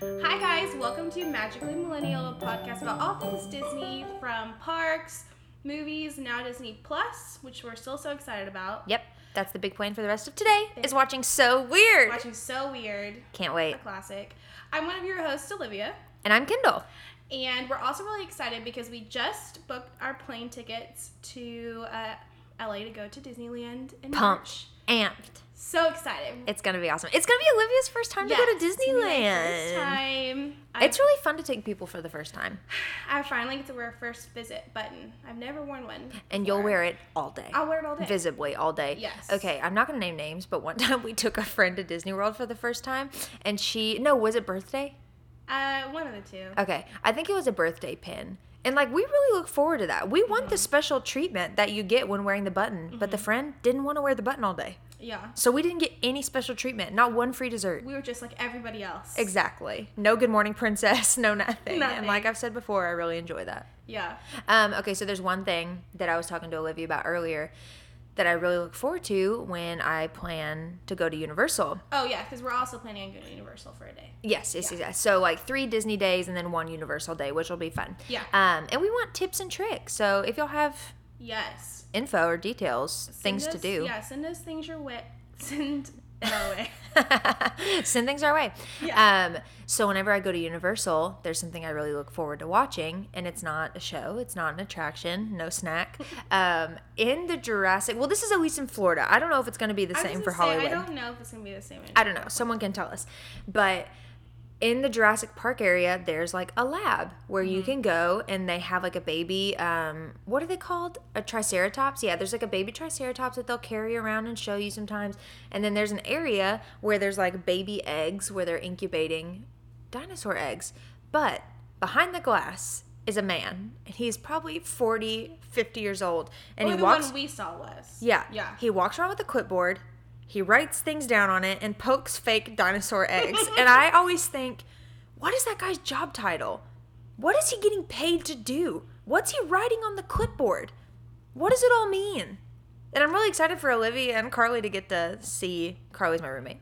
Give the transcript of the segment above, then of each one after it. guys, welcome to Magically Millennial, a podcast about all things Disney from parks, movies, now Disney Plus, which we're still so excited about. Yep, that's the big plan for the rest of today is watching So Weird. Watching So Weird, Can't wait. a classic. I'm one of your hosts, Olivia, And I'm Kendall. and we're also really excited because we just booked our plane tickets to uh, LA to go to Disneyland in Pumped, March. amped. So excited. It's gonna be awesome. It's gonna be Olivia's first time to go to Yes, it's gonna be my first Disneyland. time. I- It's really fun to take people for the first time, I finally get to wear a first visit button. I've never worn one. and you'll before. wear it all day. I'll wear it all day. visibly all day. Yes. Okay, I'm not gonna name names, but one time we took a friend to Disney World for the first time, and she no, was it birthday? Uh, one of the two. Okay, I think it was a birthday pin. And like we really look forward to that. We want the Mm-hmm. special treatment that you get when wearing the button, but the friend didn't want to wear the button all day. Yeah. So we didn't get any special treatment, not one free dessert. We were just like everybody else. Exactly. No good morning princess, no nothing. Nothing. And like I've said before, I really enjoy that. yeah. Um, okay, so there's one thing that I was talking to Olivia about earlier that I really look forward to when I plan to go to Universal. Oh yeah, because we're also planning on going to Universal for a day. Yes, yes, yes, yes. So like three Disney days and then one Universal day, which will be fun. Yeah. Um, and we want tips and tricks. So if y'all have Yes. info or details, things Send to us- do, Yeah. Send us things your way. Send it our way. send things our way. Yeah. Um, so whenever I go to Universal, there's something I really look forward to watching, and it's not a show, it's not an attraction, no snack. um, in the Jurassic, well, this is at least in Florida. I don't know if it's going to be the I was same gonna for say, Hollywood. I don't know if it's gonna be the same. in- I don't know. Someone can tell us. But in the Jurassic Park area, there's like a lab where you Mm-hmm. can go and they have like a baby. Um, what are they called? A triceratops? Yeah, there's like a baby triceratops that they'll carry around and show you sometimes. And then there's an area where there's like baby eggs where they're incubating dinosaur eggs. But behind the glass is a man and he's probably 40, 50 years old. And Or he the walks. one we saw was. Yeah. Yeah. He walks around with a clipboard. He writes things down on it and pokes fake dinosaur eggs. and I always think, what is that guy's job title? What is he getting paid to do? What's he writing on the clipboard? What does it all mean? And I'm really excited for Olivia and Carly to get to see. Carly's my roommate.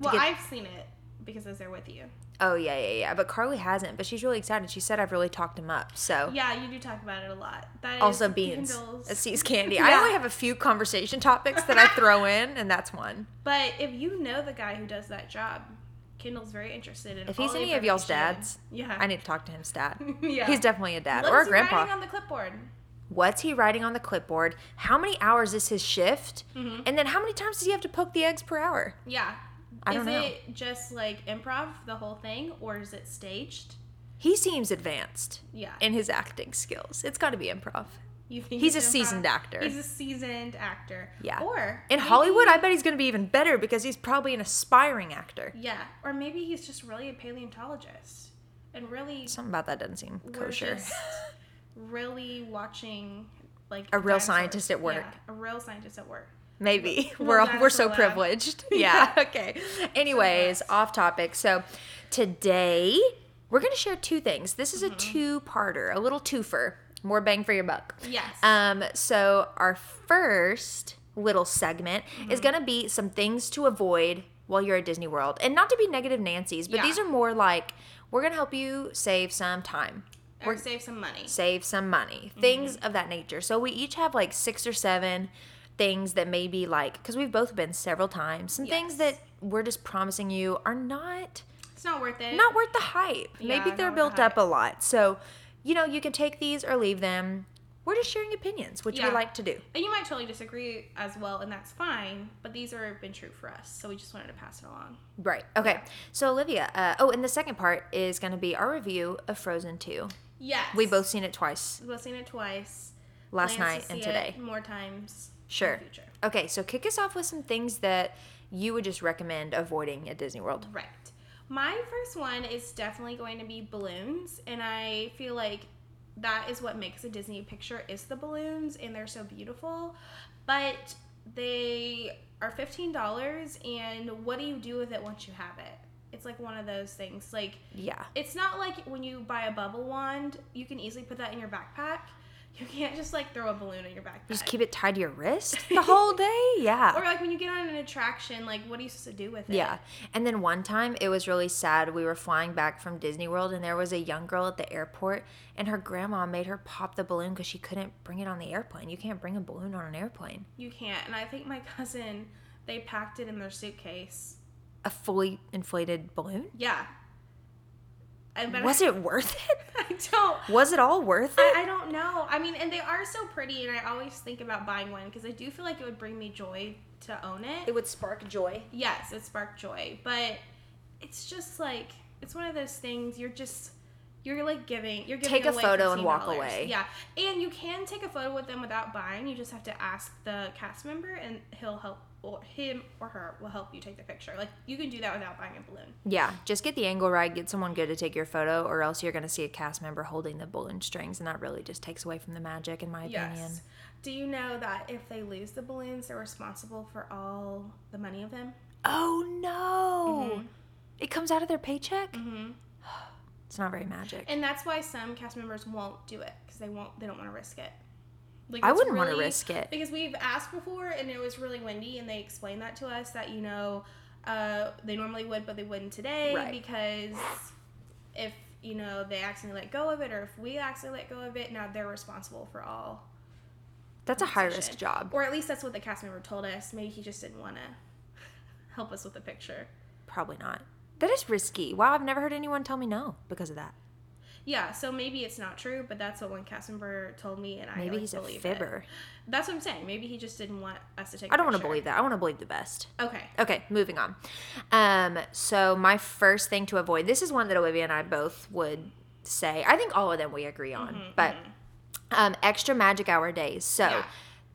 well, get- I've seen it because I was there with you. Oh yeah, yeah, yeah. But Carly hasn't. But she's really excited. She said I've really talked him up. So Yeah, you do talk about it a lot. That is also beans, Kendall's- a sees candy. I Yeah. only have a few conversation topics that I throw in, and that's one. But if you know the guy who does that job, Kendall's very interested in. If he's all any of y'all's information. dads, yeah, I need to talk to him, stat. yeah, He's definitely a dad What or a is he writing grandpa. on the clipboard. What's he writing on the clipboard? How many hours is his shift? Mm-hmm. And then how many times does he have to poke the eggs per hour? Yeah, I is don't know. it just like improv the whole thing, or is it staged? He seems advanced Yeah, in his acting skills. It's got to be improv. you think he's it's a improv? seasoned actor. He's a seasoned actor. Yeah. or In maybe- Hollywood, I bet he's going to be even better because he's probably an aspiring actor. yeah, or maybe he's just really a paleontologist and really Something about that doesn't seem we're kosher. just really watching like A real dinosaurs. scientist at work. Yeah, a real scientist at work. Maybe Well, we're all, we're dinosaur so lab. privileged. Yeah. Okay. Anyways, blessed. off topic. So today we're going to share two things. This Mm-hmm. is a two-parter, a little twofer, more bang for your buck. Yes. Um. So our first little segment is Mm-hmm. going to be some things to avoid while you're at Disney World, and not to be negative Nancy's, but Yeah. these are more like we're going to help you save some time or save some money. save some money, Mm-hmm. things of that nature. So we each have like six or seven things that maybe like because we've both been several times. Some things that we're just promising you are not It's not worth it. not worth the hype. maybe not they're worth the built hype. up a lot. So you know you can take these or leave them. We're just sharing opinions, which Yeah. we like to do. And you might totally disagree as well, and that's fine. But these are been true for us, so we just wanted to pass it along. Right. Okay. So Olivia. Uh, oh, and the second part is going to be our review of Frozen Two. Yes, We both seen it twice we've both seen it twice. last Plans night to and see it today. more times. Sure. In the future. Okay, so kick us off with some things that you would just recommend avoiding at Disney World. Right. My first one is definitely going to be balloons, and I feel like that is what makes a Disney picture is the balloons, and they're so beautiful, but they are fifteen dollars, and what do you do with it once you have it? It's like one of those things, like. Yeah. It's not like when you buy a bubble wand, you can easily put that in your backpack. You can't just like throw a balloon in your backpack. Just keep it tied to your wrist the whole day. Yeah. or like when you get on an attraction, like what are you supposed to do with it? Yeah. And then one time it was really sad. We were flying back from Disney World and there was a young girl at the airport and her grandma made her pop the balloon because she couldn't bring it on the airplane. You can't bring a balloon on an airplane. You can't. And I think my cousin, they packed it in their suitcase. A fully inflated balloon? Yeah. And but Was I, it worth it? I don't. Was it all worth it? I, I don't know. I mean, and they are so pretty, and I always think about buying one because I do feel like it would bring me joy to own it. would spark joy. Yes, it sparked joy, but it's just like it's one of those things. You're just you're like giving. You're giving Take a away photo and walk $15. away. Yeah, and you can take a photo with them without buying. You just have to ask the cast member, and he'll help. Or him or her will help you take the picture. Like you can do that without buying a balloon. Yeah. Just get the angle right, get someone good to take your photo, or else you're going to see a cast member holding the balloon strings. And that really just takes away from the magic, in my opinion. Yes. Do you know that if they lose the balloons, they're responsible for all the money of them? Oh, no. Mm-hmm. It comes out of their paycheck? It's not very magic. And that's why some cast members won't do it because they won't. They don't want to risk it. Like, I it's wouldn't wanna risk it. because we've asked before, and it was really windy, and they explained that to us that you know uh, they normally would, but they wouldn't today Right. because if you know they accidentally let go of it, or if we accidentally let go of it, now they're responsible for all. That's a high decision. risk job. Or at least that's what the cast member told us. Maybe he just didn't want to help us with the picture. Probably not. That is risky. Wow, I've never heard anyone tell me no because of that. Yeah, so maybe it's not true, but that's what one cast member told me, and I Maybe like, he's a believe it. fibber. That's what I'm saying. Maybe he just didn't want us to take. I I don't want to believe that. I want to believe the best. Okay. Okay, moving on. Um, so my first thing to avoid. This is one that Olivia and I both would say. I think all of them we agree on, but um, extra magic hour days. So. Mm-hmm, Yeah.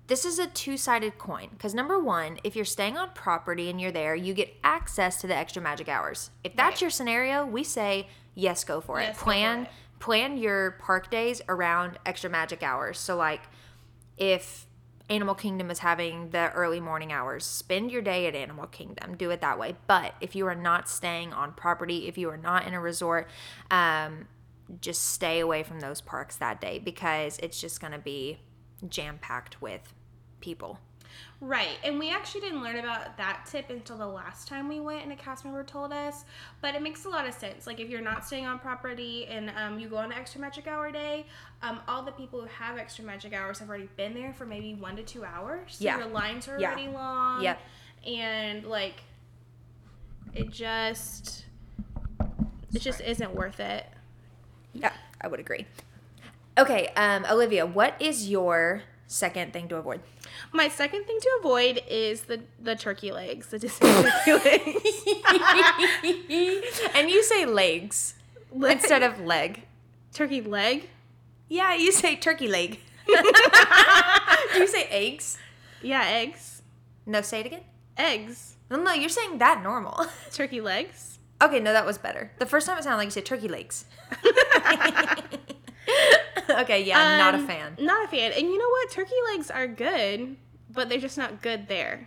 This is a two sided coin because number one, if you're staying on property and you're there, you get access to the extra magic hours. If that's Right. your scenario, we say yes, go for Yes, it. go for Plan it. plan your park days around extra magic hours. So like if Animal Kingdom is having the early morning hours, spend your day at Animal Kingdom. Do it that way. But if you are not staying on property, if you are not in a resort, um, just stay away from those parks that day because it's just going to be jam packed with people. Right. And we actually didn't learn about that tip until the last time we went and a cast member told us. But it makes a lot of sense. Like if you're not staying on property and um, you go on an extra magic hour day, um, all the people who have extra magic hours have already been there for maybe one to two hours. So Yeah. your lines are Yeah. already long. Yep. And like it just it just isn't worth it. Yeah, I would agree. Okay, um, Olivia, what is your second thing to avoid? My second thing to avoid is the the turkey legs, the Disney turkey legs. and you say legs instead of leg. turkey leg? Yeah, you say turkey leg. Do you say eggs? Yeah, eggs. No, say it again. Eggs. No, no, you're saying that normal. Turkey legs. Okay, no, that was better. The first time it sounded like you said turkey legs. okay, yeah, I'm not a Um, fan. Not a fan. And you know what? Turkey legs are good, but they're just not good there.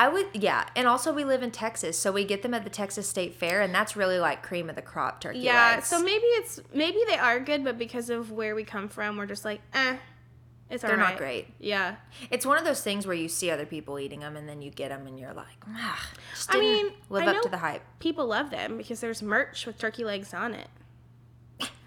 I would, yeah, and also we live in Texas, so we get them at the Texas State Fair, and that's really like cream of the crop turkey Yeah, legs. so maybe it's maybe they are good, but because of where we come from, we're just like, eh, it's they're alright. not great. Yeah, It's one of those things where you see other people eating them, and then you get them, and you're like, ah, just I didn't mean, live I up know- to the hype. people love them because there's merch with turkey legs on it.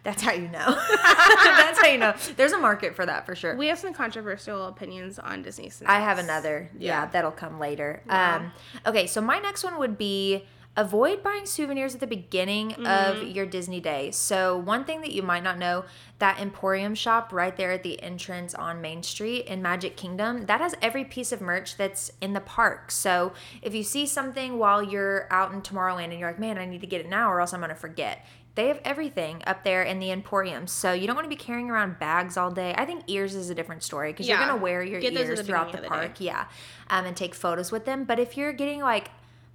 That's how you know. that's how you know. There's a market for that for sure. We have some controversial opinions on Disney. I have another. Yeah, Yeah. that'll come later. Yeah. Um, okay, so my next one would be avoid buying souvenirs at the beginning Mm-hmm. of your Disney day. So one thing that you might not know, that Emporium shop right there at the entrance on Main Street in Magic Kingdom, that has every piece of merch that's in the park. So if you see something while you're out in Tomorrowland and you're like, "Man, I need to get it now or else I'm going to forget." They have everything up there in the Emporium. So you don't want to be carrying around bags all day. I think ears is a different story because you're Yeah. going to wear your Get those at ears the throughout the beginning of the day. park yeah um, and take photos with them but if you're getting like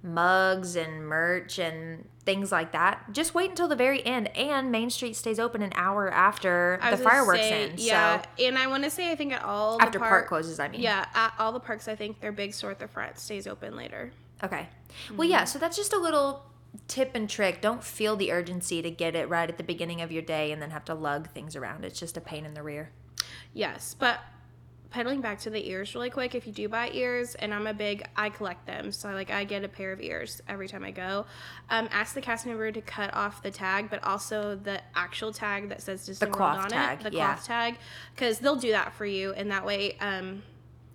mugs and merch and things like that just wait until the very end and main street stays open an hour after I the was gonna fireworks say, end Yeah, so and I want to say I think at all after the park, park, closes i mean Yeah, at all the parks I think their big store at the front stays open later. okay Mm-hmm. well yeah so that's just a little tip and trick don't feel the urgency to get it right at the beginning of your day and then have to lug things around it's just a pain in the rear Yes, but pedaling back to the ears really quick, if you do buy ears, and I'm a big, I collect them, so like I get a pair of ears every time I go. Um, ask the cast member to cut off the tag, but also the actual tag that says Disney World cloth on tag, it, the yeah. cloth tag, because they'll do that for you, and that way, um,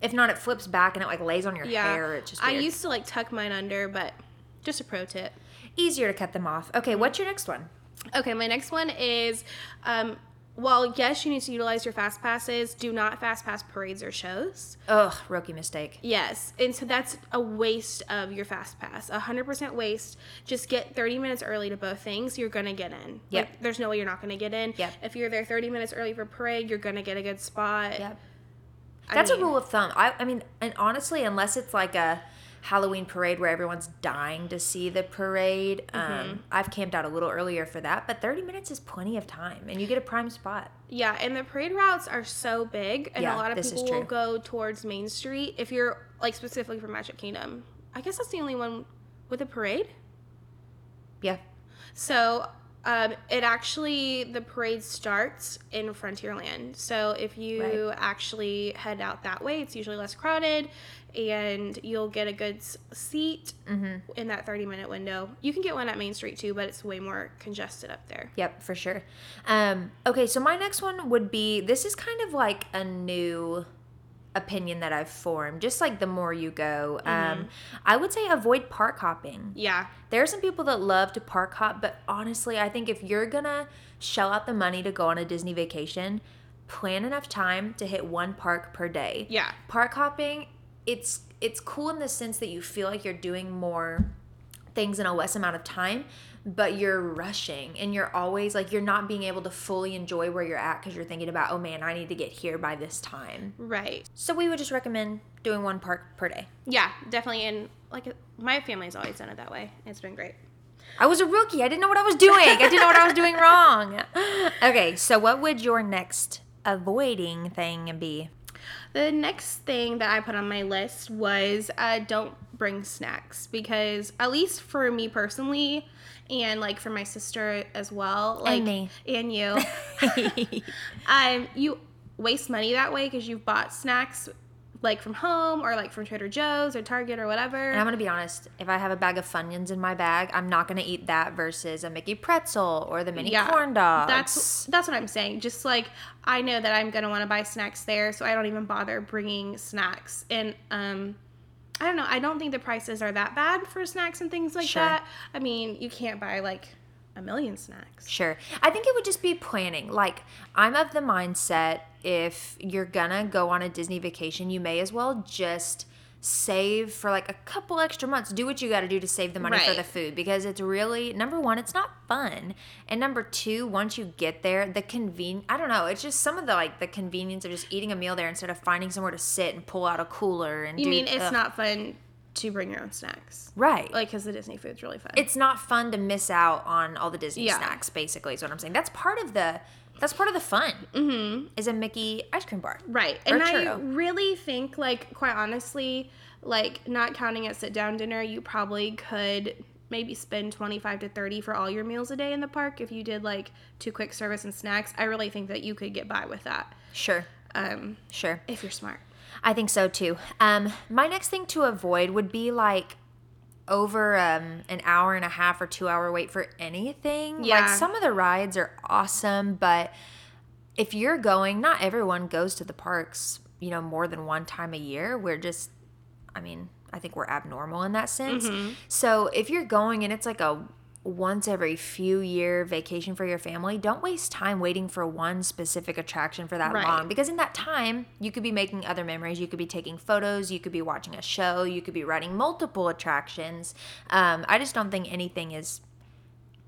If not, it flips back and it like lays on your yeah. hair. It's just I weird. used to like tuck mine under, but just a pro tip. easier to cut them off. Okay, Mm-hmm. what's your next one? Okay, my next one is um, while yes, you need to utilize your fast passes, do not fast pass parades or shows. Ugh, rookie mistake. Yes, and so that's a waste of your fast pass, a hundred percent waste. Just get thirty minutes early to both things. You're gonna get in. Yep. Like, there's no way you're not gonna get in. Yep. If you're there thirty minutes early for parade, you're gonna get a good spot. Yep. I That's mean- a rule of thumb. I, I mean, and honestly, unless it's like a Halloween parade where everyone's dying to see the parade, um, I've camped out a little earlier for that. But 30 minutes is plenty of time, and you get a prime spot. Yeah, and the parade routes are so big, and Yeah, a lot of this is people will true. go towards Main Street if you're like specifically from Magic Kingdom. I guess that's the only one with a parade. Yeah. So um, it actually the parade starts in Frontierland. So if you actually head out that way, it's usually less crowded, and you'll get a good s- seat Mm-hmm. in that thirty minute window. You can get one at Main Street too, but it's way more congested up there. Yep, for sure. Um, okay, so my next one would be this is kind of like a new opinion that I've formed, just like the more you go. Um, I would say avoid park hopping. Yeah, There are some people that love to park hop, but honestly, I think if you're gonna shell out the money to go on a Disney vacation, plan enough time to hit one park per day. yeah, Park hopping, it's it's cool in the sense that you feel like you're doing more things in a less amount of time, but you're rushing and you're always like you're not being able to fully enjoy where you're at because you're thinking about, oh man, I need to get here by this time. right. So we would just recommend doing one park per day. Yeah, definitely. And like my family's always done it that way. It's been great. I was a rookie. I didn't know what I was doing. I didn't know what I was doing wrong. Okay, so what would your next avoiding thing be? The next thing that I put on my list was uh, don't bring snacks because at least for me personally, and like for my sister as well, like me. and you, um, you waste money that way because you've bought snacks like from home or like from Trader Joe's or Target or whatever. And I'm gonna be honest. If I have a bag of Funyuns in my bag, I'm not gonna eat that versus a Mickey pretzel or the mini corn dogs. That's that's what I'm saying. Just like I know that I'm gonna want to buy snacks there, so I don't even bother bringing snacks. And um, I don't know. I don't think the prices are that bad for snacks and things like Sure. that. I mean, you can't buy like a million snacks. Sure. I think it would just be planning. Like, I'm of the mindset if you're gonna go on a Disney vacation, you may as well just save for like a couple extra months. Do what you gotta do to save the money for Right. the food because it's really, number one, it's not fun. And number two, once you get there, the conven I don't know, it's just some of the like the convenience of just eating a meal there instead of finding somewhere to sit and pull out a cooler and You do, mean it's ugh. not fun to bring your own snacks? right. Like, cause the Disney food's really fun. it's not fun to miss out on all the Disney Yeah. snacks. Basically, is what I'm saying. That's part of the that's part of the fun. Mm-hmm. Is a Mickey ice cream bar. Right. Or And I churro. really think, like, quite honestly, like, not counting at sit down dinner, you probably could maybe spend 25 to 30 for all your meals a day in the park if you did like two quick service and snacks. I really think that you could get by with that Sure, um, sure. if you're smart. I think so too. Um, my next thing to avoid would be like over um, an hour and a half or two hour wait for anything. Like Yeah. some of the rides are awesome, but if you're going, not everyone goes to the parks, you know, more than one time a year. We're just, I mean, I think we're abnormal in that sense. Mm-hmm. So if you're going and it's like a once every few year vacation for your family, don't waste time waiting for one specific attraction for that Right. long because in that time you could be making other memories you could be taking photos you could be watching a show you could be riding multiple attractions um, i just don't think anything is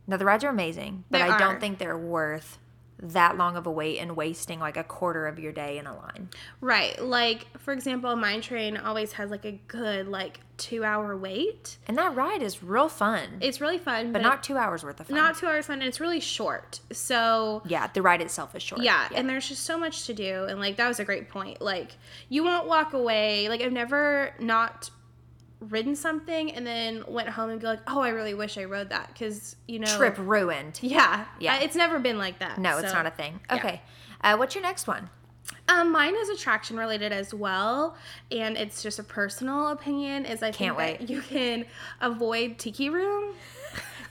now the rides are amazing but They i don't are. think they're worth that long of a wait and wasting like a quarter of your day in a line Right. Like, for example, Mine Train always has like a good, like, two hour wait. and that ride is real fun It's really fun, but, but not two hours worth of fun not two hours fun. And it's really short. So, yeah the ride itself is short Yeah, and there's just so much to do. And like that was a great point. Like you won't walk away. Like I've never not ridden something and then went home and be like, oh, I really wish I rode that because you know trip ruined Yeah, Yeah. yeah. It's never been like that. no it's so- not a thing yeah. okay uh, what's your next one Um, mine is attraction related as well, and it's just a personal opinion. Is I Can't think that you can avoid Tiki Room.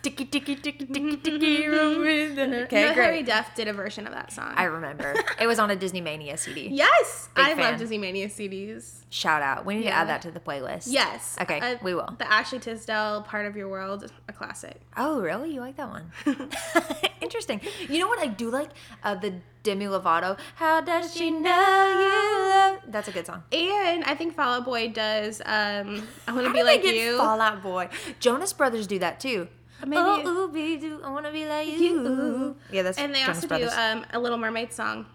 Ticky ticky ticky ticky ticky. room with the- Okay, No, Harry great. Duff did a version of that song. I remember. It was on a Disney Mania CD. yes, Big I fan. love Disney Mania CDs. Shout out. We need to Yeah. add that to the playlist. Yes. Okay, Uh, we will. The Ashley Tisdale part of your world, a classic. Oh, really? You like that one? Interesting. You know what I do like? Uh, the Demi Lovato. How does she know you love? That's a good song. And I think Fall Out Boy does. Um, I want to How did be they like get you. Fallout Boy. Jonas Brothers do that too. Maybe- Oh, ooh, be, do, I want to be like you. You. Yeah, that's and they Jonas also Brothers. do um, a Little Mermaid song.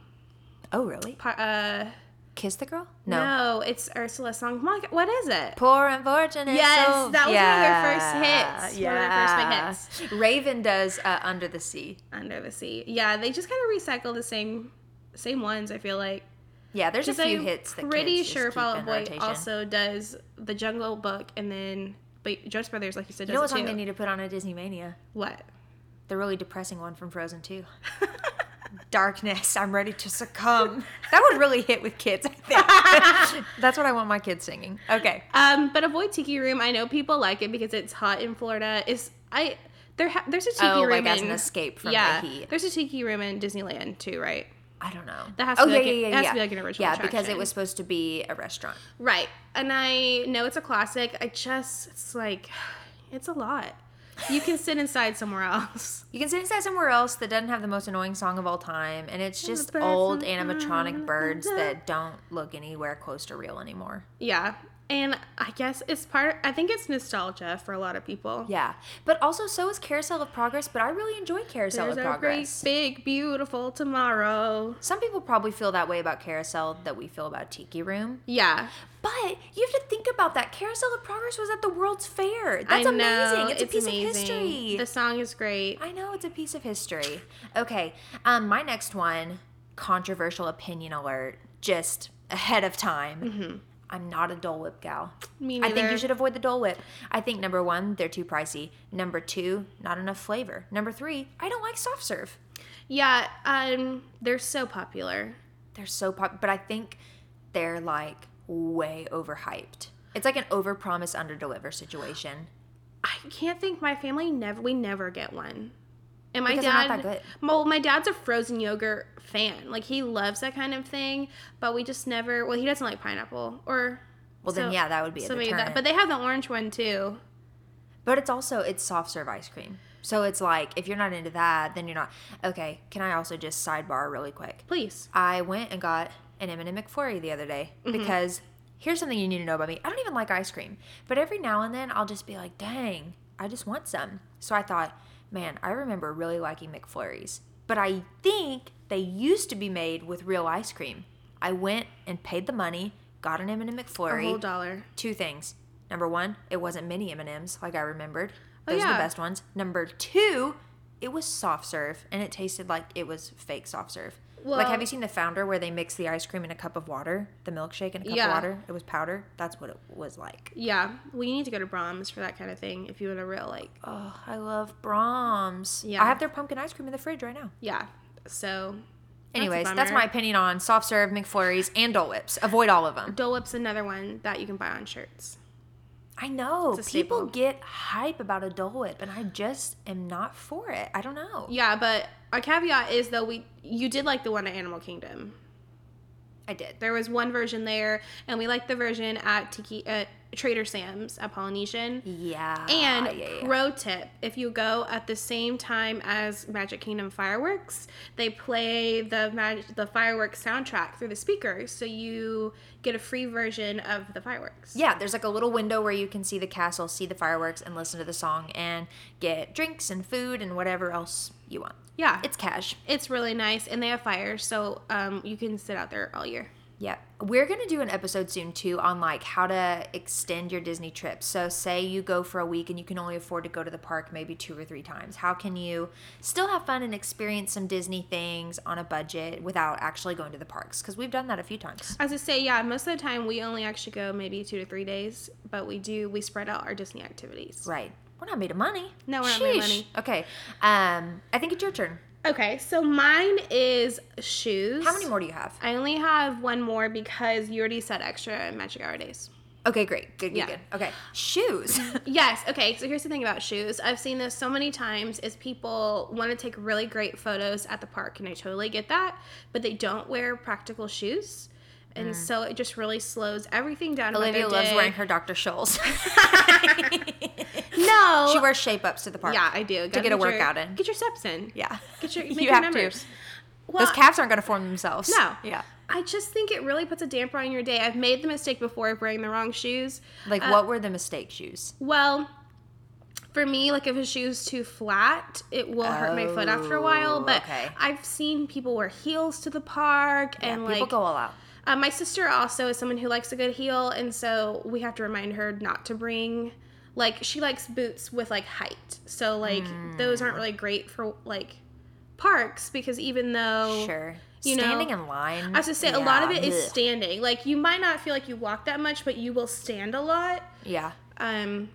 oh, really? Pa- Uh, Kiss the girl? No. no. it's Ursula's song. Mon- What is it? Poor Oh. unfortunate. Yes, soul. that was one of their first hits. One of their first big hits. Raven does uh, Under the Sea. Under the Sea. Yeah, they just kind of recycle the same same ones. I feel like. Yeah, there's a Because few I'm hits that pretty kids sure just keep Fall in Out Boy rotation. also does the Jungle Book, and then but Jonas Brothers, like you said, does You know it what song too. they need to put on a Disney Mania? What? The really depressing one from Frozen 2. Darkness, I'm ready to succumb. That would really hit with kids, I think. That's what I want my kids singing. Okay. Um, but avoid Tiki Room. I know people like it because it's hot in Florida. It's I there ha- there's a Tiki Oh, Room like as in- an escape from yeah, the heat. There's a Tiki Room in Disneyland too, right? I don't know. That has to oh, be yeah, like yeah, a- yeah, it has to yeah. be like an original Yeah, because it attraction. was supposed to be a restaurant. Right. And I know it's a classic. I just it's like it's a lot. You can sit inside somewhere else. You can sit inside somewhere else that doesn't have the most annoying song of all time, and it's just birds old on animatronic fire. birds that don't look anywhere close to real anymore. Yeah. And I guess it's part. I think it's nostalgia for a lot of people. Yeah, but also so is Carousel of Progress. But I really enjoy Carousel There's of a great, Progress. big, beautiful tomorrow. Some people probably feel that way about Carousel that we feel about Tiki Room. Yeah, But you have to think about that. Carousel of Progress was at the World's Fair. I That's know, amazing. It's, a piece of amazing. history. The song is great. I know it's a piece of history. Okay, um, my next one controversial opinion alert, just ahead of time. I'm not a Dole Whip gal. Me I think you Mm-hmm. neither. should avoid the Dole Whip. I think number one, they're too pricey. Number two, not enough flavor. Number three, I don't like soft serve. Yeah, um, they're so popular. They're so pop, but I think they're like way overhyped. It's like an overpromise, underdeliver situation. I can't think. My family never. We never get one. And my Because they're dad, not that good. well, my dad's a frozen yogurt fan. Like he loves that kind of thing, but we just never. Well, he doesn't like pineapple or. Well, then so- yeah, that would be a so maybe deterrent. that. But they have the orange one too. But it's also it's soft serve ice cream. So it's like if you're not into that, then you're not. Okay, can I also just sidebar really quick? Please. I went and got an M&M McFlurry the other day because here's something you need to know about me. I don't even like ice cream, but every now and then I'll just be like, "Dang, I just want some." So I thought, "Man, I remember really liking McFlurries, but I think they used to be made with real ice cream." I went and paid the money, got an M&M A McFlurry whole dollar. two things. Number one, it wasn't mini M and M's like I remembered. Oh, Those are yeah. the best ones. Number two, it was soft serve, and it tasted like it was fake soft serve. like, Well- have you seen the founder where they mix the ice cream in a cup of water, the milkshake in a cup Yeah. of water? It was powder. That's what it was like. Yeah, we need to go to Brahms for that kind of thing if you want a real like. Oh, I love Brahms. Yeah, Yeah. I have their pumpkin ice cream in the fridge right now. Yeah. So. a Anyways, that's, bummer. my opinion on soft serve McFlurries and Dole Whips. Avoid all of them. Dole Whip's another one that you can buy on shirts. I know It's a people staple. get hype about a Dole Whip, and I just am not for it. I don't know. Yeah, but our caveat is though we you did like the one at Animal Kingdom. I did. There was one version there, and we liked the version at Tiki at Trader Sam's at Polynesian. Yeah. And yeah, yeah. pro tip: if you go at the same time as Magic Kingdom fireworks, they play the mag- the fireworks soundtrack through the speakers, so you get a free version of the fireworks. Yeah, there's like a little window where you can see the castle, see the fireworks, and listen to the song and get drinks and food and whatever else you want. Yeah, it's It's cash. it's really nice, and they have fires, so um, you can sit out there all year. Yeah. We're going to do an episode soon too on like how to extend your Disney trip. So, say you go for a week and you can only afford to go to the park maybe two or three times. How can you still have fun and experience some Disney things on a budget without actually going to the parks? Because we've done that a few times. As I say, yeah, most of the time we only actually go maybe two to three days, but we do we spread out our Disney activities. Right. We're not made of money. No, we're not made of Sheesh. money. Okay. Um, I think it's your turn. Okay, so mine is shoes. How many more do you have? I only have one more because you already said extra and magic hour days. Okay, great. Good, good, Yeah. good. Okay. Shoes. Yes. Okay. So here's the thing about shoes. I've seen this so many times is people want to take really great photos at the park and I totally get that, but they don't wear practical shoes. And so it just really slows everything down. about Mm. Olivia their loves day. wearing her Dr. Scholl's. No. she wears shape ups to the park. yeah, I do. Gotta get a your- workout in. Get your steps in. Yeah. Get your You make your have to. numbers. Well, Those calves aren't going to form themselves. No. Yeah. I just think it really puts a damper on your day. I've made the mistake before of wearing the wrong shoes. Like, what were the mistake shoes? Well, for me, like if a shoe's too flat, it will hurt my foot after a while. Oh, But okay. I've seen people wear heels to the park, and People like go all out. uh, my sister also is someone who likes a good heel, and so we have to remind her not to bring. Like she likes boots with like height, so like those Hmm. aren't really great for like parks because even though Sure. you know, Standing in line. I was to say a lot of yeah, it is bleh. standing. Like you might not feel like you walk that much, but you will stand a lot. Yeah. Um,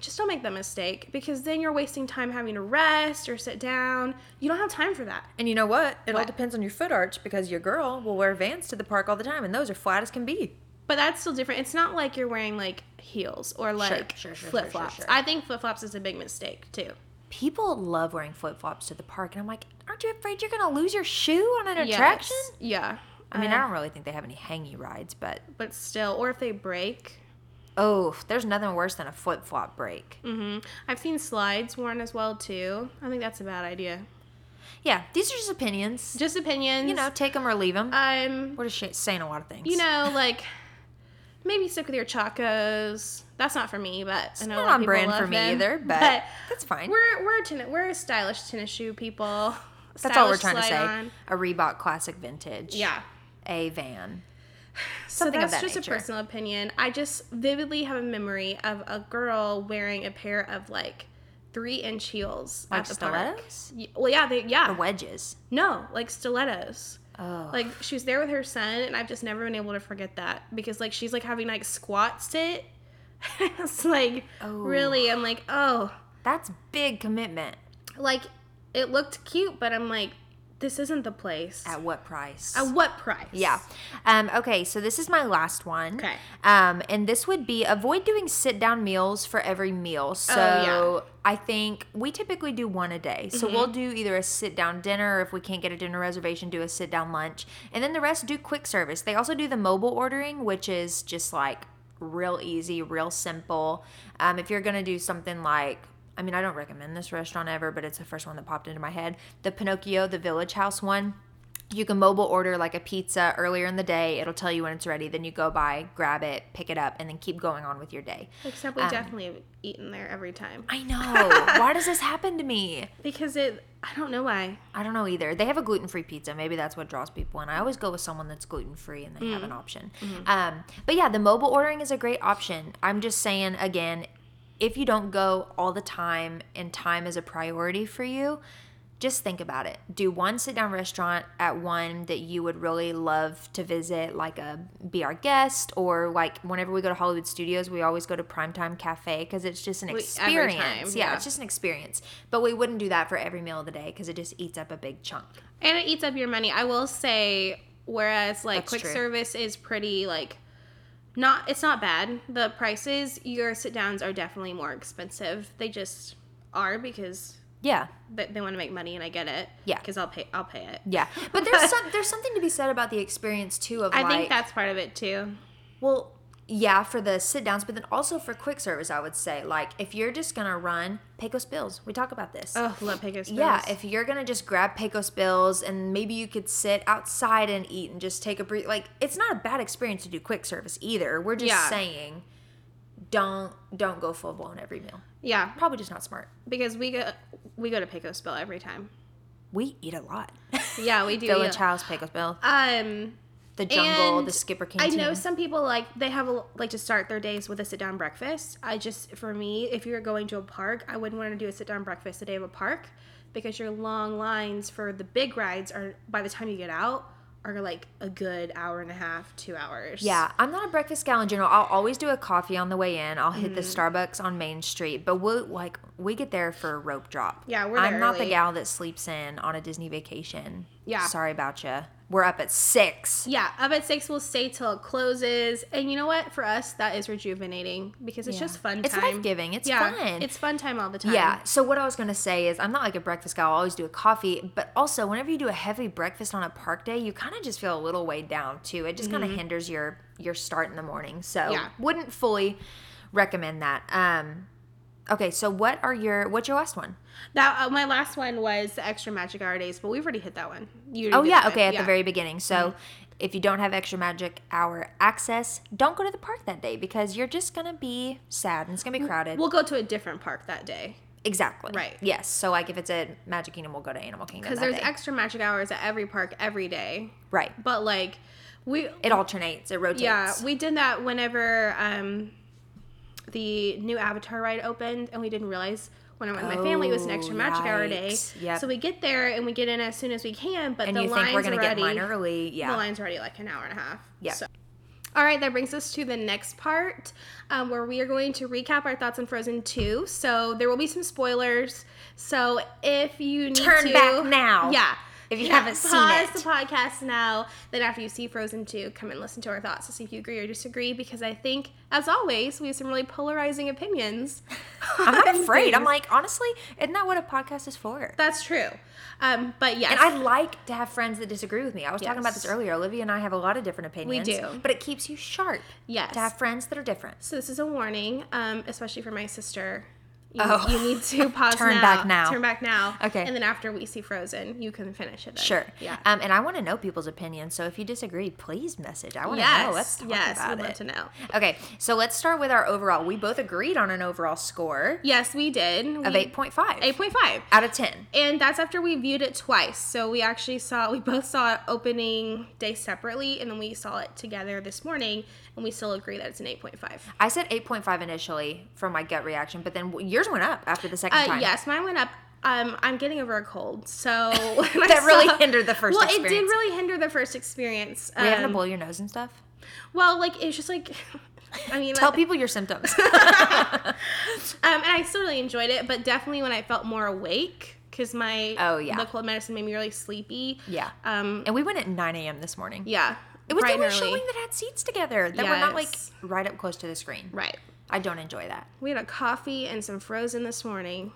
just don't make that mistake because then you're wasting time having to rest or sit down. You don't have time for that. And you know what? It all What? depends on your foot arch because your girl will wear Vans to the park all the time, and those are flat as can be. But that's still different. It's not like you're wearing like heels or like sure, sure, sure, flip flops. sure, sure. I think flip flops is a big mistake too. People love wearing flip flops to the park, and I'm like, aren't you afraid you're going to lose your shoe on an attraction? Yes. Yeah. I mean, I Uh, don't really think they have any hangy rides, but but still, or if they break. oh, there's nothing worse than a flip flop break. hmm I've seen slides worn as well too. I think that's a bad idea. Yeah, these are just opinions. Just opinions. You know, take them or leave them. Um, We're just sh- saying a lot of things. you know, like maybe stick with your chacos. That's not for me, but I know a not lot of on people brand love for me them. either, but, that's fine. we're we're ten- we're a stylish tennis shoe people. that's all we're Stylish trying to say. slide-on. A Reebok Classic Vintage. Yeah. A van. so Something that's of that just nature. a personal opinion. I just vividly have a memory of a girl wearing a pair of like three inch heels Like at the park. stilettos? Y- Well, yeah, they, yeah, The wedges. no, like stilettos. Oh. Like she was there with her son, and I've just never been able to forget that because like she's like having like squat sit. it's like Oh. really, I'm like oh, That's big commitment. like it looked cute, but I'm like this isn't the place. At what price? At what price? yeah. Um, okay, so this is my last one. Okay. Um, and this would be avoid doing sit down meals for every meal. So I think we typically do one a day. So we'll do either a sit down dinner, or if we can't get a dinner reservation, do a sit down lunch. And then the rest do quick service. They also do the mobile ordering, which is just like real easy, real simple. Um, if you're going to do something like, I mean, I don't recommend this restaurant ever, but it's the first one that popped into my head the Pinocchio, the Village House one you can mobile order like a pizza earlier in the day. It'll tell you when it's ready. Then you go by, grab it, pick it up, and then keep going on with your day. Except Um, we definitely have eaten there every time I know. why does this happen to me? because it. I don't know why. I don't know either. They have a gluten free pizza. Maybe that's what draws people in. I always go with someone that's gluten free and they have Mm. an option. Mm-hmm. Um, but yeah, the mobile ordering is a great option. I'm just saying, again, if you don't go all the time and time is a priority for you, just think about it. Do one sit down restaurant at one that you would really love to visit, like a Be Our Guest, or like whenever we go to Hollywood Studios, we always go to Primetime Cafe because it's just an every experience. time, yeah, yeah. it's just an experience. But we wouldn't do that for every meal of the day because it just eats up a big chunk. And it eats up your money. I will say, whereas like That's quick true. service is pretty like not it's not bad. The prices, your sit downs are definitely more expensive. They just are because Yeah, they, they want to make money and I get it. Yeah. Because I'll pay I'll pay it. yeah. But there's some there's something to be said about the experience too. Of I like, think that's part of it too. well, yeah, for the sit downs, but then also for quick service, I would say like if you're just gonna run Pecos Bills, we talk about this. Oh, love Pecos. Yeah, Bills. if you're gonna just grab Pecos Bills and maybe you could sit outside and eat and just take a breathe, like it's not a bad experience to do quick service either. We're just Yeah. saying, don't don't go full blown every meal. yeah, Probably just not smart. because we go we go to Pecos Bill every time. We eat a lot. Yeah, we do. Village yeah. House, Pecos Bill, Um, the jungle, And the Skipper I Canteen. know some people like they have a, like to start their days with a sit down breakfast. I just for me, if you're going to a park, I wouldn't want to do a sit down breakfast the day of a park because your long lines for the big rides are by the time you get out are like a good hour and a half, two hours. Yeah, I'm not a breakfast gal in general. I'll always do a coffee on the way in. I'll hit the Mm-hmm. Starbucks on Main Street, but we'll like we get there for rope drop. Yeah, we're I'm there not the early. gal that sleeps in on a Disney vacation. Yeah. sorry about you. We're up at six. Yeah, up at six, we'll stay till it closes. And you know what? For us, that is rejuvenating because it's just fun time. It's life-giving. It's yeah, fun. It's fun time all the time. Yeah. So what I was gonna say is, I'm not like a breakfast guy. I always do a coffee, but also whenever you do a heavy breakfast on a park day, you kind of just feel a little weighed down too. It just kind of hinders your your start in the morning. So Mm-hmm. Yeah. wouldn't fully recommend that. Um, okay. So what are your what's your last one? That uh, my last one was the extra magic hour days, but we've already hit that one. You Oh already did yeah. that. Okay. At the very beginning. So. Mm-hmm. If you don't have extra magic hour access, don't go to the park that day because you're just gonna be sad and it's gonna be crowded. We'll go to a different park that day exactly. Right. Yes. So like if it's at Magic Kingdom, we'll go to Animal Kingdom. because that there's day. extra magic hours at every park every day. right. But like, we It alternates. It rotates. yeah we did that whenever um the new Avatar ride opened, and we didn't realize. When I went with my family, it was an extra Oh, magic hour day. yikes. Yep. So we get there and we get in as soon as we can, but and the you lines think we're gonna already, get mine early? Yeah. The line's already like an hour and a half. Yep. All right, that brings us to the next part um, where we are going to recap our thoughts on Frozen 2. So there will be some spoilers. So if you need Turn to- back now. Yeah. If you Yeah, haven't seen pause it. the podcast now. Then after you see Frozen 2, come and listen to our thoughts to see if you agree or disagree. Because I think, as always, we have some really polarizing opinions. I'm not on afraid. I'm things. like, honestly, isn't that what a podcast is for? that's true. Um, but yes, And I like to have friends that disagree with me. I was talking about this Yes. earlier. Olivia and I have a lot of different opinions. do. But it keeps you sharp yes. to have friends that are different. So this is a warning, um, especially for my sister. You, Oh. you need to pause Turn now. back now. Turn back now. Okay. And then after we see Frozen, you can finish it. Then. Sure. Yeah. Um, and I want to know people's opinions. So if you disagree, please message. I want to yes. know. Let's talk yes. about We'd it. love to know. Okay. So let's start with our overall. We both agreed on an overall score Yes, we did. We, of 8.5 8.5. out of 10. And that's after we viewed it twice. So we actually saw, we both saw it opening day separately, and then we saw it together this morning, and we still agree that it's an 8.5. I said 8.5 initially from my gut reaction, but then w- yours went up after the second Uh, time. yes, mine went up. Um, I'm getting over a cold, so when I That really saw- hindered the first Well, it did experience. really hinder the first experience. Were you having Um, to blow your nose and stuff? Well, like it's just like, I mean, Tell um, people your symptoms. and I still really enjoyed it, but definitely when I felt more awake because my Oh, yeah. the cold medicine made me really sleepy. yeah. Um. And we went at 9 a.m. this morning. Yeah. It was bright the and only early. showing that had seats together that were not like Yes. right up close to the screen. Right. I don't enjoy that. We had a coffee and some frozen this morning.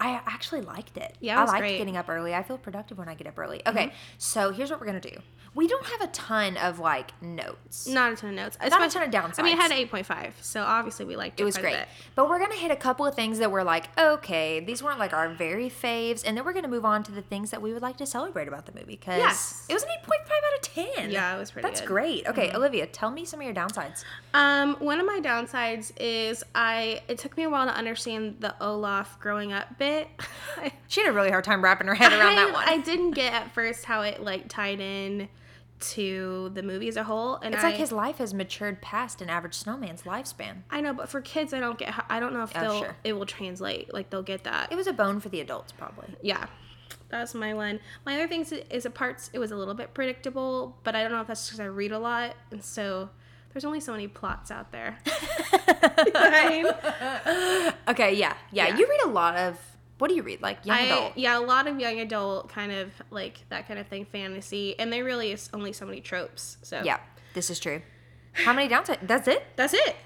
I actually liked it. Yeah, it I was liked great. Mm-hmm. getting up early. I feel productive when I get up early. Okay, so here's what we're gonna do. We don't have a ton of like notes. Not a ton of notes. Not a Especially- ton of downsides. I mean, it had eight point five, so obviously we liked it. It was quite great. A bit. But we're going to hit a couple of things that were like, okay, these weren't like our very faves. And then we're going to move on to the things that we would like to celebrate about the movie because Yes. it was an 8.5 out of 10. Yeah, it was pretty That's good. Mm-hmm. great. Okay, Olivia, tell me some of your downsides. Um, one of my downsides is I. It took me a while to understand the Olaf growing up bit. She had a really hard time wrapping her head around I, that one. I didn't get at first how it like tied in to the movie as a whole, and it's I, like his life has matured past an average snowman's lifespan. I know, but for kids, I don't get. How, I don't know if Oh, they'll sure. it will translate. Like they'll get that. It was a bone for the adults, probably. yeah, that was my one. My other things is a parts. It was a little bit predictable, but I don't know if that's because I read a lot, and so there's only so many plots out there. I mean, Okay, yeah, yeah. Yeah. You read a lot of, what do you read? Like young I, adult. yeah, a lot of young adult kind of like that kind of thing, fantasy, and there really is only so many tropes. So Yeah, this is true. How many downsides? That's it? that's it.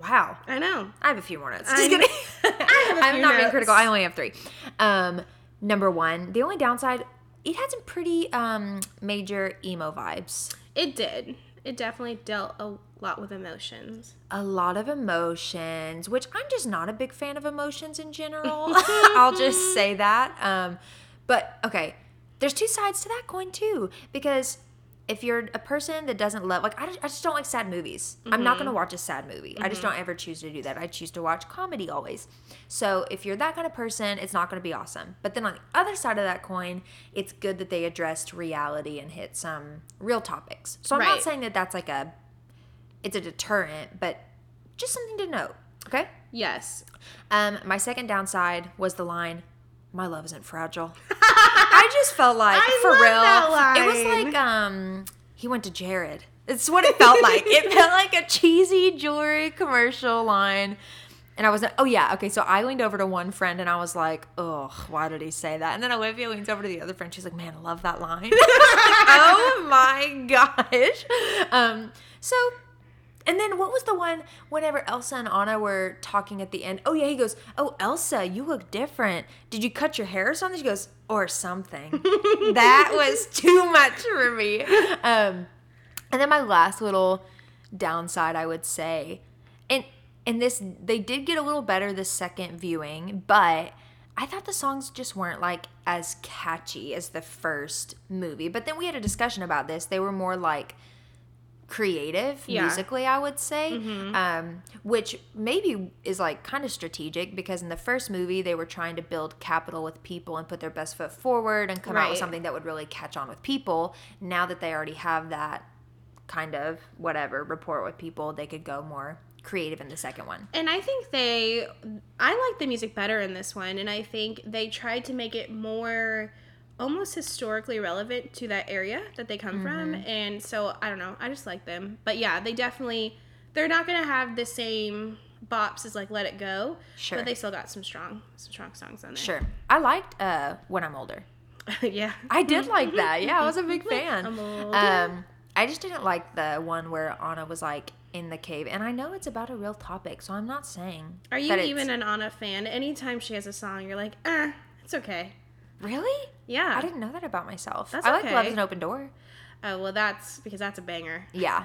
Wow. I know. I have a few more notes. I'm- Just kidding. have a I'm few not being notes. critical. I only have three. Um, number one, the only downside, it had some pretty um, major emo vibes. It did. It definitely dealt a lot with emotions. A lot of emotions, which I'm just not a big fan of emotions in general. I'll just say that. Um, but okay, there's two sides to that coin too, because if you're a person that doesn't love, like I, just- I just don't like sad movies. I'm not gonna watch a sad movie. I just don't ever choose to do that. I choose to watch comedy always. So if you're that kind of person, it's not gonna be awesome. But then on the other side of that coin, it's good that they addressed reality and hit some real topics. So I'm not Right. saying that that's like a, it's a deterrent, but just something to note. Okay. Yes. Um, my second downside was the line, my love isn't fragile. I just felt like I for love real. that It was line. like um he went to Jared. It's what it felt like. it felt like a cheesy jewelry commercial line. And I was like, oh yeah, okay. So I leaned over to one friend and I was like, ugh, why did he say that? And then Olivia leans over to the other friend. She's like, man, I love that line. oh my gosh. Um, so and then what was the one whenever Elsa and Anna were talking at the end? Oh yeah, he goes, "Oh Elsa, you look different. Did you cut your hair or something?" She goes, "Or something." that was too much for me. Um, and then my last little downside, I would say, and and this they did get a little better the second viewing, but I thought the songs just weren't like as catchy as the first movie. But then we had a discussion about this. They were more like creative Yeah. musically, I would say, um, which maybe is like kind of strategic because in the first movie they were trying to build capital with people and put their best foot forward and come out Right. with something that would really catch on with people. Now that they already have that kind of whatever rapport with people, they could go more creative in the second one. And I think they, I like the music better in this one, and I think they tried to make it more almost historically relevant to that area that they come from. Mm-hmm. And so I don't know, I just like them. But yeah, they definitely, they're not gonna have the same bops as like Let It Go, Sure. but they still got some strong, some strong songs on there. Sure. I liked uh, When I'm Older. yeah. I did like that. Yeah, I was a big fan. Mm-hmm. I'm old. Um, I just didn't like the one where Anna was like in the cave, and I know it's about a real topic, so I'm not saying. Are you that it's- even an Anna fan? Anytime she has a song, you're like, eh, it's okay. really? Yeah. I didn't know that about myself. Uh, That's I like Love okay. is an Open Door. Oh well, that's because that's a banger. Yeah.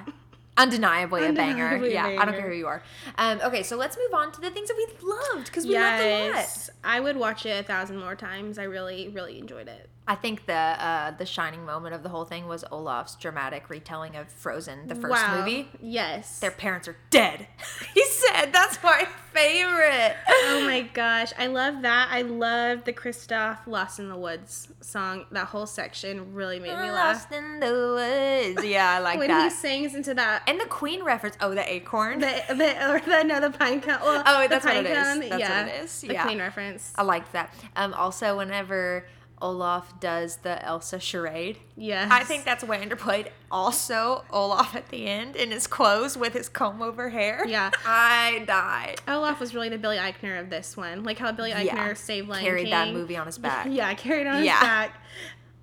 Undeniably, a banger. Undeniably a yeah, I don't banger. care who you are. Um, okay, so let's move on to the things that we loved because we loved a lot. Yes, I would watch it a thousand more times. I really, really enjoyed it. I think the uh, the shining moment of the whole thing was Olaf's dramatic retelling of Frozen, the first Wow. movie. Yes. Their parents are dead. he said, "That's my favorite." oh my gosh, I love that. I love the Christoph "Lost in the Woods" song. That whole section really made me laugh Lost in the woods. Yeah, I like when that. he sings into that. and the Queen reference. Oh, the acorn. The, the, or the, no, the pine cone. Well, Oh, the that's what pine it is. cone, That's what it is. The Yeah. Queen reference. I like that. Um, also, whenever Olaf does the Elsa charade, Yes. I think that's way underplayed. Also, Olaf at the end in his clothes with his comb over hair. Yeah. I died. Olaf was really the Billy Eichner of this one. Like how Billy Eichner Yeah. saved Lion Carried that King. movie on his back. Yeah, Yeah, carried on his Yeah. back.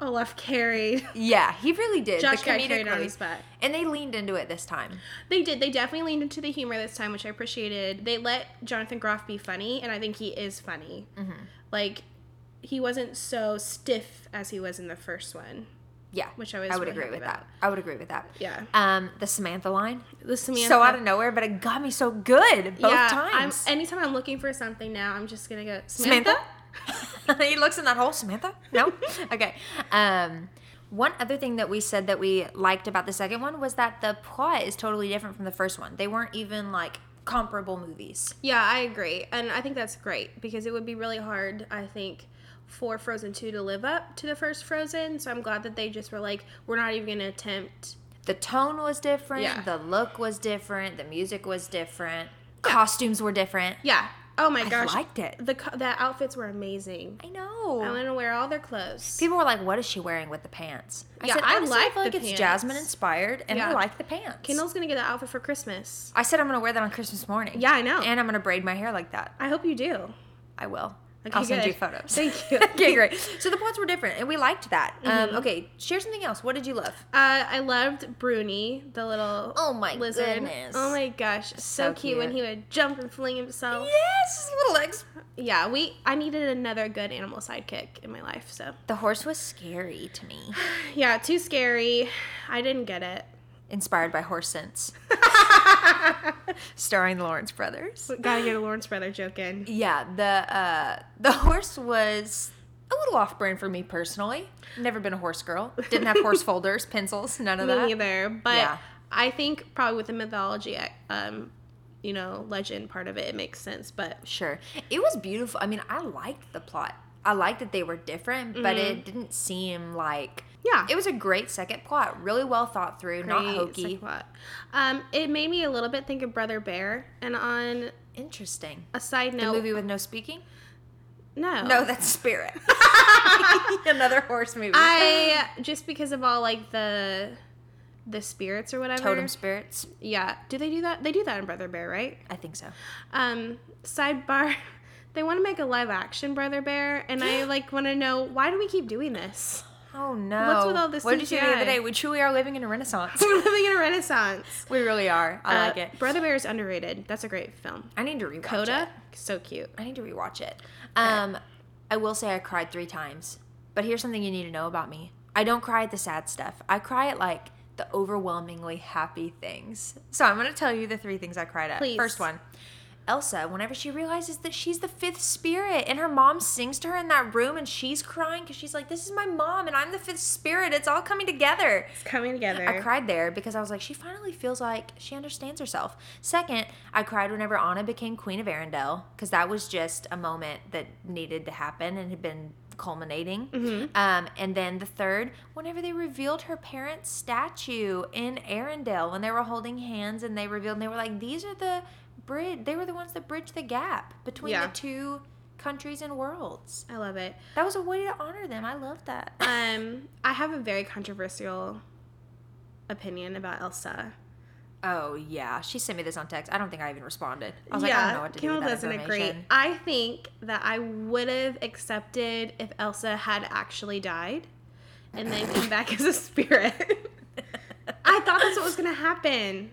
Olaf carried. he really did. Josh the got comedic carried on relief. his back. And they leaned into it this time. They did. They definitely leaned into the humor this time, which I appreciated. They let Jonathan Groff be funny, and I think he is funny. Mm-hmm. Like, he wasn't so stiff as he was in the first one, Yeah, which I was. I would really agree happy with about. that. I would agree with that. Yeah. Um, the Samantha line. The Samantha. So out of nowhere, but it got me so good both yeah, times. I'm, anytime I'm looking for something now, I'm just gonna go Samantha. he looks in that hole. Samantha. No. okay. Um, one other thing that we said that we liked about the second one was that the plot is totally different from the first one. They weren't even like comparable movies. Yeah, I agree. And I think that's great because it would be really hard, I think, for Frozen 2 to live up to the first Frozen. So I'm glad that they just were like, we're not even going to attempt. The tone was different. Yeah. The look was different. The music was different. Costumes were different. Yeah. Oh my I gosh. liked it. The, co- the outfits were amazing. I know. I want to wear all their clothes. People were like, "What is she wearing with the pants?" I Yeah, said, I "Honestly, I like feel like the it's pants." Jasmine inspired, and I Yeah. like the pants." Kendall's going to get an outfit for Christmas. I said I'm gonna wear that on Christmas morning. Yeah, I know. and I'm gonna braid my hair like that. I hope you do. I will. Okay, I'll send good. you photos. Thank you. okay, great. So the plots were different, and we liked that. Um, okay, share something else. What did you love? Uh, I loved Bruni, the little Oh my lizard. goodness. Oh my gosh, so, So cute. when he cute. would jump and fling himself. Yes, his little legs. Yeah, we. I needed another good animal sidekick in my life. So The horse was scary to me. yeah, too scary. I didn't get it. Inspired by Horse Sense, starring the Lawrence brothers. Gotta get a Lawrence brother joke in. Yeah, the uh, the horse was a little off brand for me personally. Never been a horse girl. Didn't have horse folders, pencils, none of Me that. neither. But Yeah. I think probably with the mythology, um, you know, legend part of it, it makes sense. But Sure, it was beautiful. I mean, I liked the plot. I liked that they were different, but Mm-hmm. it didn't seem like yeah, it was a great second plot. Really well thought through, not Great hokey. subplot. Um, it made me a little bit think of Brother Bear. And on Interesting. a side The note, movie with no speaking. No. No, that's Spirit. Another horse movie. I just because of all like the the spirits or whatever. Totem spirits. Yeah. Do they do that? They do that in Brother Bear, right? I think so. Um, sidebar. They want to make a live action Brother Bear, and I like want to know why do we keep doing this? Oh no! What's with all this What did you do the CGI? other day? We truly are living in a renaissance. We're living in a renaissance. we really are. I like Uh, it. Brother Bear is underrated. That's a great film. I need to rewatch Coda, it. so cute. I need to rewatch it. Um, I will say I cried three times. But here's something you need to know about me. I don't cry at the sad stuff. I cry at like the overwhelmingly happy things. So I'm gonna tell you the three things I cried at. Please. First one. Elsa, whenever she realizes that she's the fifth spirit and her mom sings to her in that room and she's crying because she's like, This is my mom and I'm the fifth spirit. It's all coming together. It's coming together. I cried there because I was like, she finally feels like she understands herself. Second, I cried whenever Anna became Queen of Arendelle because that was just a moment that needed to happen and had been culminating. Um, and then the third, whenever they revealed her parents' statue in Arendelle when they were holding hands and they revealed, and they were like, these are the bridge. They were the ones that bridged the gap between Yeah. the two countries and worlds. I love it. That was a way to honor them. I love that. Um, I have a very controversial opinion about Elsa. Oh yeah, she sent me this on text. I don't think I even responded. I was yeah, like, I don't know what to Kimmel do with that doesn't information. agree. I think that I would have accepted if Elsa had actually died and then come back as a spirit. I thought that's what was going to happen.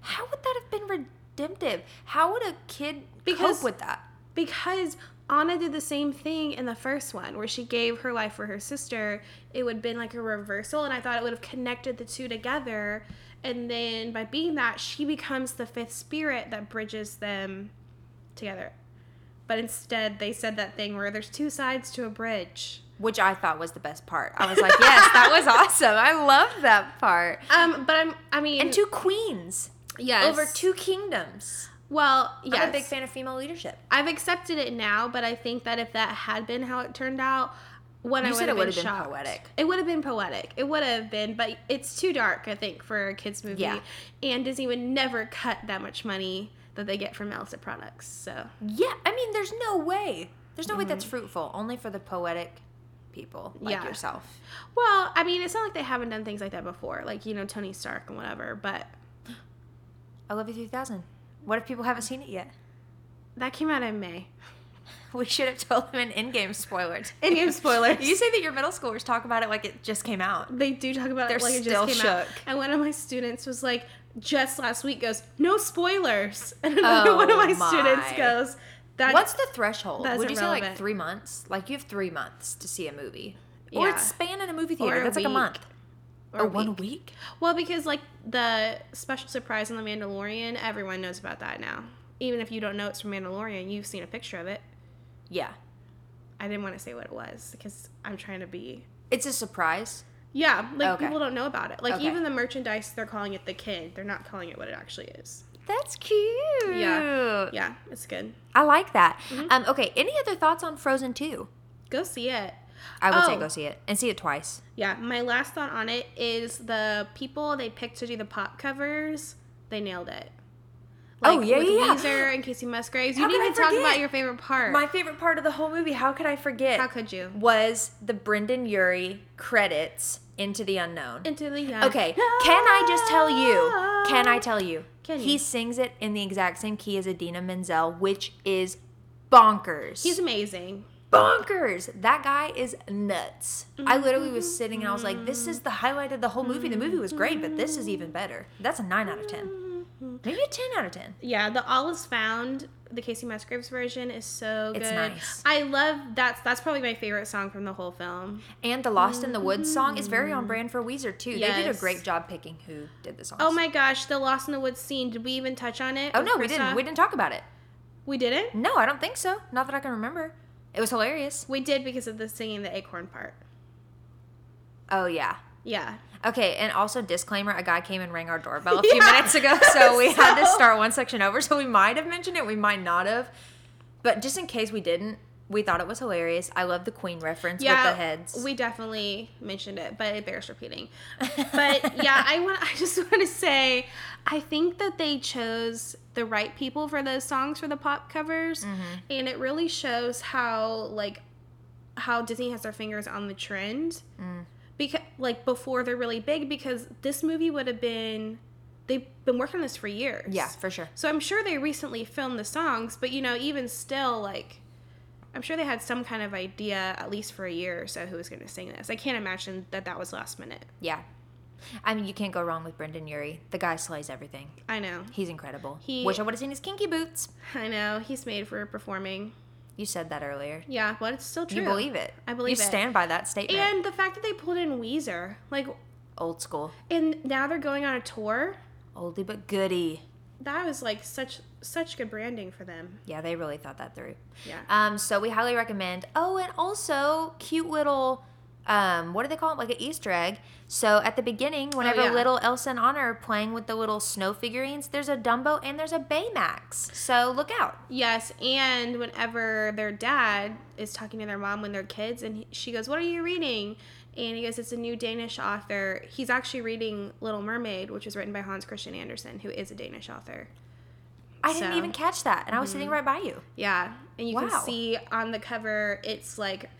How would that have been redemptive? How would a kid Because- cope with that? because Anna did the same thing in the first one where she gave her life for her sister. It would have been like a reversal, and I thought it would have connected the two together. And then by being that, she becomes the fifth spirit that bridges them together. But instead, they said that thing where there's two sides to a bridge. Which I thought was the best part. I was like, yes, that was awesome. I love that part. Um, but I'm, I mean, And two queens yes, over two kingdoms. Well, yes, I'm a big fan of female leadership. I've accepted it now, but I think that if that had been how it turned out, what I You would have said it been, would've been shocked. poetic. It would have been poetic. It would have been, but it's too dark, I think, for a kids movie. Yeah. And Disney would never cut that much money that they get from Elsa products. So Yeah, I mean, there's no way. There's no way that's fruitful. Only for the poetic people like Mm-hmm. Yeah. yourself. well, I mean, it's not like they haven't done things like that before, like, you know, Tony Stark and whatever, but I love you 3000. What if people haven't seen it yet? that came out in May. We should have told them an in-game spoiler. too. Any of spoilers. You say that your middle schoolers talk about it like it just came out. they do talk about They're it like it still just came out. shook. And one of my students was like, just last week goes, no spoilers. And another one of my, Oh my. students goes, that What's the threshold? That's Would you say like irrelevant. three months? Like you have three months to see a movie, or Yeah. it's span in a movie theater. a That's like a week. month. or oh, week. one week. Well, because like the special surprise on The Mandalorian, everyone knows about that now. Even if you don't know it's from Mandalorian, you've seen a picture of it. Yeah, I didn't want to say what it was because I'm trying to be. it's a surprise. Yeah, like Okay. people don't know about it. Like Okay. even the merchandise, they're calling it the kid. They're not calling it what it actually is. That's cute. Yeah. Yeah, it's good. I like that. Um, okay. Any other thoughts on Frozen Two? Go see it. I would say Oh. go see it and see it twice. Yeah, my last thought on it is the people they picked to do the pop covers, they nailed it. Oh, yeah, with yeah, yeah. Weezer and Casey Musgraves. You How could didn't I even talk about forget? your favorite part. My favorite part of the whole movie. How could I forget? How could you? Was the Brendan Urie credits into the unknown? Into the young. Okay, can I just tell you? Can I tell you? Can he you? just sings it in the exact same key as Adina Menzel, which is bonkers. He's amazing. bonkers. That guy is nuts. I literally was sitting and I was like, this is the highlight of the whole movie. The movie was great, but this is even better. That's a 9 out of 10. Maybe a 10 out of 10. Yeah, the All Is Found, the Casey Musgraves version is so good. It's nice. I love that's that's probably my favorite song from the whole film. And the Lost in the Woods song is very on brand for Weezer, too. They did a Yes. great job picking who did the songs. Oh my gosh, the Lost in the Woods scene. Did we even touch on it? Oh with no, we didn't. Kristoff? We didn't talk about it. we didn't. No, I don't think so. Not that I can remember. It was hilarious. We did because of the singing the acorn part. Oh yeah. Yeah. Okay, and also disclaimer: a guy came and rang our doorbell a few Yeah. minutes ago, so we had to So- start one section over. So we might have mentioned it, we might not have, but just in case we didn't, we thought it was hilarious. I love the Queen reference Yeah. with the heads. We definitely mentioned it, but it bears repeating. But yeah, I want I just want to say I think that they chose the right people for those songs for the pop covers, Mm-hmm. and it really shows how like how Disney has their fingers on the trend. Mm. Because like before they're really big, because this movie would have been they've been working on this for years. Yeah, for sure. So I'm sure they recently filmed the songs, but you know, even still, like, I'm sure they had some kind of idea, at least for a year or so, who was going to sing this. I can't imagine that that was last minute. Yeah. I mean, you can't go wrong with Brendan Urie. The guy slays everything. I know. He's incredible. He- Wish I would have seen his kinky boots. I know. He's made for performing. You said that earlier. Yeah, but it's still true. You believe it. I believe You it. stand by that statement. And the fact that they pulled in Weezer, like, Old school. and now they're going on a tour. Oldie but goodie. That was like such such good branding for them. Yeah, they really thought that through. Yeah. Um, so we highly recommend. Oh, and also cute little, um, what do they call it? Like an Easter egg. So at the beginning, whenever Oh, yeah. little Elsa and Anna are playing with the little snow figurines, there's a Dumbo and there's a Baymax. So look out. Yes, and whenever their dad is talking to their mom when they're kids, and he, she goes, "What are you reading?" and he goes, "It's a new Danish author. He's actually reading Little Mermaid, which was written by Hans Christian Andersen, who is a Danish author." I didn't So- Mm. even catch that, and I was sitting right by you. Yeah, and you Wow. can see on the cover, it's like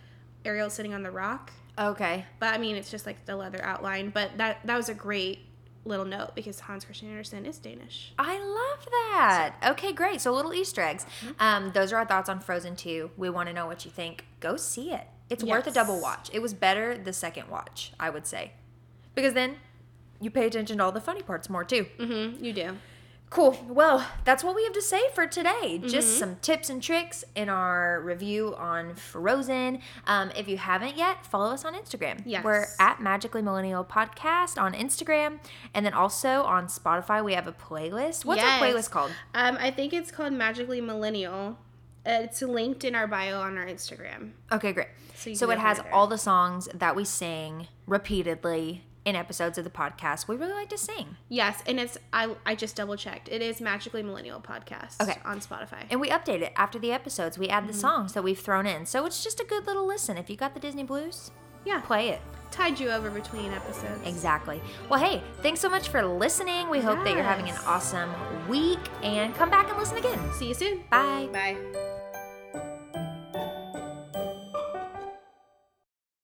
Ariel sitting on the rock, Okay. but I mean, it's just like the leather outline. But that that was a great little note because Hans Christian Andersen is Danish. I love that. Okay, great. So little Easter eggs. Mm-hmm. Um, those are our thoughts on Frozen 2. We want to know what you think. Go see it. It's worth a Yes. double watch. It was better the second watch, I would say. Because then you pay attention to all the funny parts more too. Mm-hmm, you do. Cool. Well, that's what we have to say for today. Mm-hmm. Just some tips and tricks in our review on Frozen. Um, if you haven't yet, follow us on Instagram. Yes. We're at Magically Millennial Podcast on Instagram. And then also on Spotify, we have a playlist. What's Yes. our playlist called? Um, I think it's called Magically Millennial. Uh, it's linked in our bio on our Instagram. Okay, great. So, So you can it go has further. all the songs that we sing repeatedly in episodes of the podcast. We really like to sing. Yes, and it's I I just double checked. It is Magically Millennial podcast. Okay. on Spotify. And we update it after the episodes. We add Mm-hmm. the songs that we've thrown in. So it's just a good little listen. If you got the Disney Blues, yeah, play it. tied you over between episodes. Exactly. Well, hey, thanks so much for listening. We hope that you're having an Yes. awesome week and come back and listen again. See you soon. Bye. Bye.